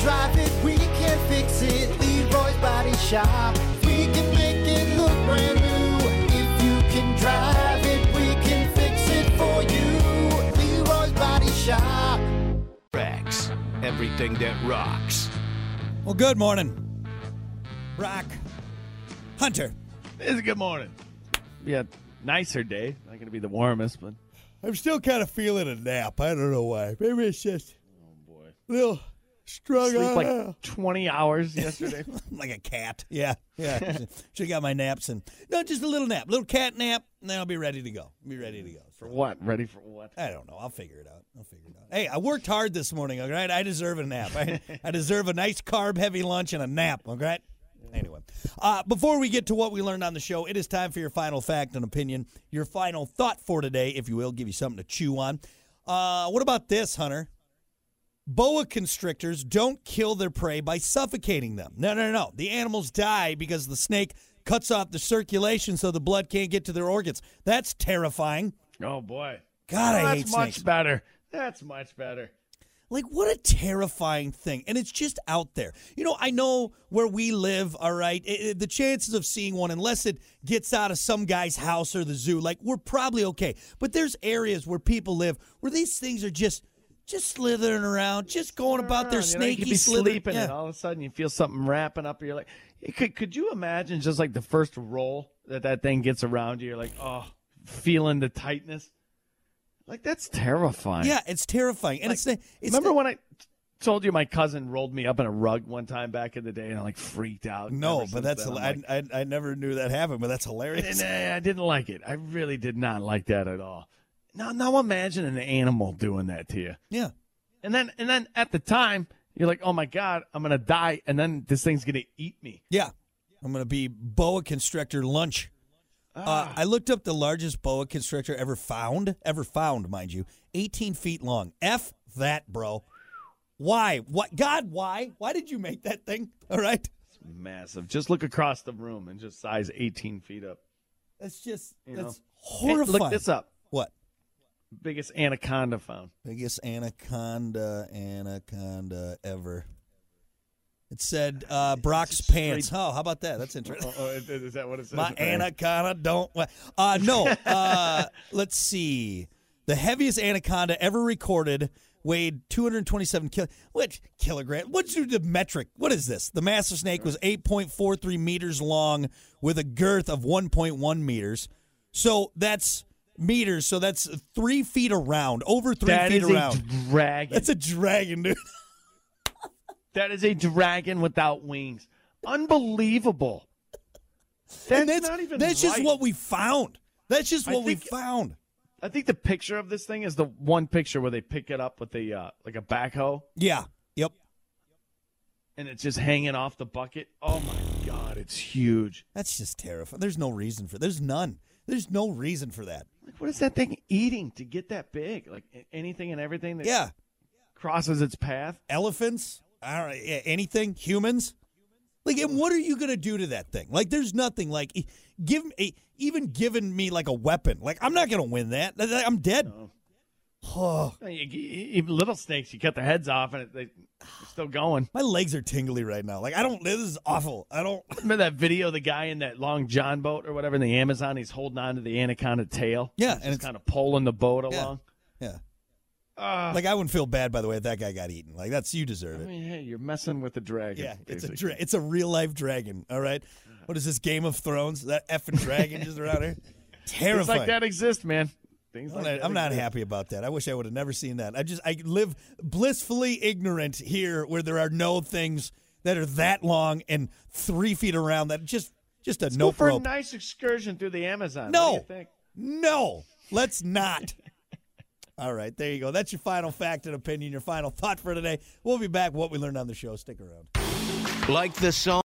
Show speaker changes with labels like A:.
A: drive it, we can fix it. Leroy's Body Shop. We can make it look brand new. If you can drive it, we can fix it for you. Leroy's Body Shop.
B: Rex, everything that rocks.
C: Well, good morning, Brock Hunter.
D: It's a good morning. Yeah, nicer day. Not going to be the warmest, but
E: I'm still kind of feeling a nap. I don't know why. Maybe it's just a little strung
D: sleep
E: out.
D: like 20 hours yesterday.
C: like a cat. Yeah, yeah. Should have got my naps and no, just a little nap, little cat nap, and then I'll be ready to go. Be ready to go.
D: for what? Ready for what?
C: I don't know. I'll figure it out. I'll figure it out. Hey, I worked hard this morning. All right, I deserve a nap. I, I deserve a nice carb-heavy lunch and a nap. All right. Anyway, uh, before we get to what we learned on the show, it is time for your final fact and opinion. Your final thought for today, if you will, give you something to chew on. Uh, what about this, Hunter? Boa constrictors don't kill their prey by suffocating them. No, no, no, no. The animals die because the snake cuts off the circulation so the blood can't get to their organs. That's terrifying.
D: Oh, boy.
C: God, I hate
D: That's much
C: snakes.
D: better. That's much better.
C: Like, what a terrifying thing. And it's just out there. You know, I know where we live, all right? i- i- the chances of seeing one, unless it gets out of some guy's house or the zoo, like, we're probably okay. But there's areas where people live where these things are just. Just slithering around, just going about their
D: Oh, You know, you
C: snaky
D: could be
C: slither-
D: sleeping,
C: Yeah.
D: and all of a sudden you feel something wrapping up your leg. You could, could you imagine just like the first roll that that thing gets around you? You're like, oh, feeling the tightness. Like, that's terrifying.
C: Yeah, it's terrifying, and it's it's
D: Remember when I told you my cousin rolled me up in a rug one time back in the day, and I like freaked out.
C: no,
D: Ever
C: but
D: since
C: that's
D: then,
C: hila-
D: I'm like,
C: I, I I never knew that happened, but that's hilarious.
D: and I, I didn't like it. I really did not like that at all. Now, now imagine an animal doing that to you,
C: yeah,
D: and then and then at the time you're like, oh my god, I'm gonna die, and then this thing's gonna eat me.
C: yeah, I'm gonna be boa constrictor lunch.
D: Ah.
C: Uh, I looked up the largest boa constrictor ever found, ever found, mind you, 18 feet long. F that, bro. Why? What? God, why? Why did you make that thing? All right,
D: Massive. Just look across the room and just size 18 feet up.
C: that's just
D: You know.
C: that's
D: Hey,
C: horrifying.
D: look this uh, up.
C: What?
D: Biggest anaconda found.
C: Biggest anaconda, anaconda ever. It said uh, Brock's pants. Oh, how about that? That's interesting.
D: Oh, is- is that what it says?
C: My anaconda don't. wa- Uh, no. Uh, let's see. The heaviest anaconda ever recorded weighed 227 kil- which kilogram. What's your- the metric? What is this? The master snake was 8.43 meters long with a girth of 1.1 meters. So that's meters. So that's three feet around, over three
D: That
C: feet
D: is
C: around.
D: a dragon.
C: That's a dragon, dude.
D: That is a dragon without wings. Unbelievable. That's,
C: and that's
D: not even.
C: that's just
D: right.
C: what we found. That's just
D: I
C: what we
D: think-
C: found.
D: I think the picture of this thing is the one picture where they pick it up with a uh, like a backhoe
C: Yeah. Yep.
D: and it's just hanging off the bucket. Oh my god, it's huge.
C: That's just terrifying. There's no reason for. There's none. There's no reason for that.
D: Like, what is that thing eating to get that big? Like a- anything and everything that
C: Yeah,
D: crosses its path.
C: elephants. I don't. yeah, Anything. Humans. Like, and what are you gonna do to that thing? Like, there's nothing. Like, e- give me even giving me like a weapon. Like, I'm not gonna win that. Th- th- I'm dead. Oh,
D: Like, e- e- Even little snakes, you cut their heads off and it, they, they're still going.
C: my legs are tingly right now. Like, I don't. This is awful. I don't.
D: Remember that video of the guy in that long john boat or whatever in the Amazon? He's holding on to the anaconda tail.
C: Yeah,
D: He's
C: and
D: just
C: it's-
D: kind of pulling the boat
C: Yeah.
D: along.
C: Yeah.
D: Ah.
C: Like, I wouldn't feel bad by the way if that guy got eaten. Like, that's you deserve
D: I
C: it.
D: mean, hey, you're messing with the dragon.
C: Yeah, it's a
D: basically.
C: dra- it's a real life dragon. All right, what is this Game of Thrones? That effing dragon just around here, terrifying.
D: Things like that exist, man. Things
C: I'm
D: like
C: not,
D: that
C: I'm not
D: exist.
C: happy about that. I wish I would have never seen that. I just I live blissfully ignorant here, where there are no things that are that long and three feet around. That just just a
D: Go
C: nope
D: for
C: rope.
D: a nice excursion through the Amazon.
C: No.
D: What do you think?
C: No, let's not. All right, there you go. That's your final fact and opinion. Your final thought for today. We'll be back. What we learned on the show. Stick around.
B: Like the song.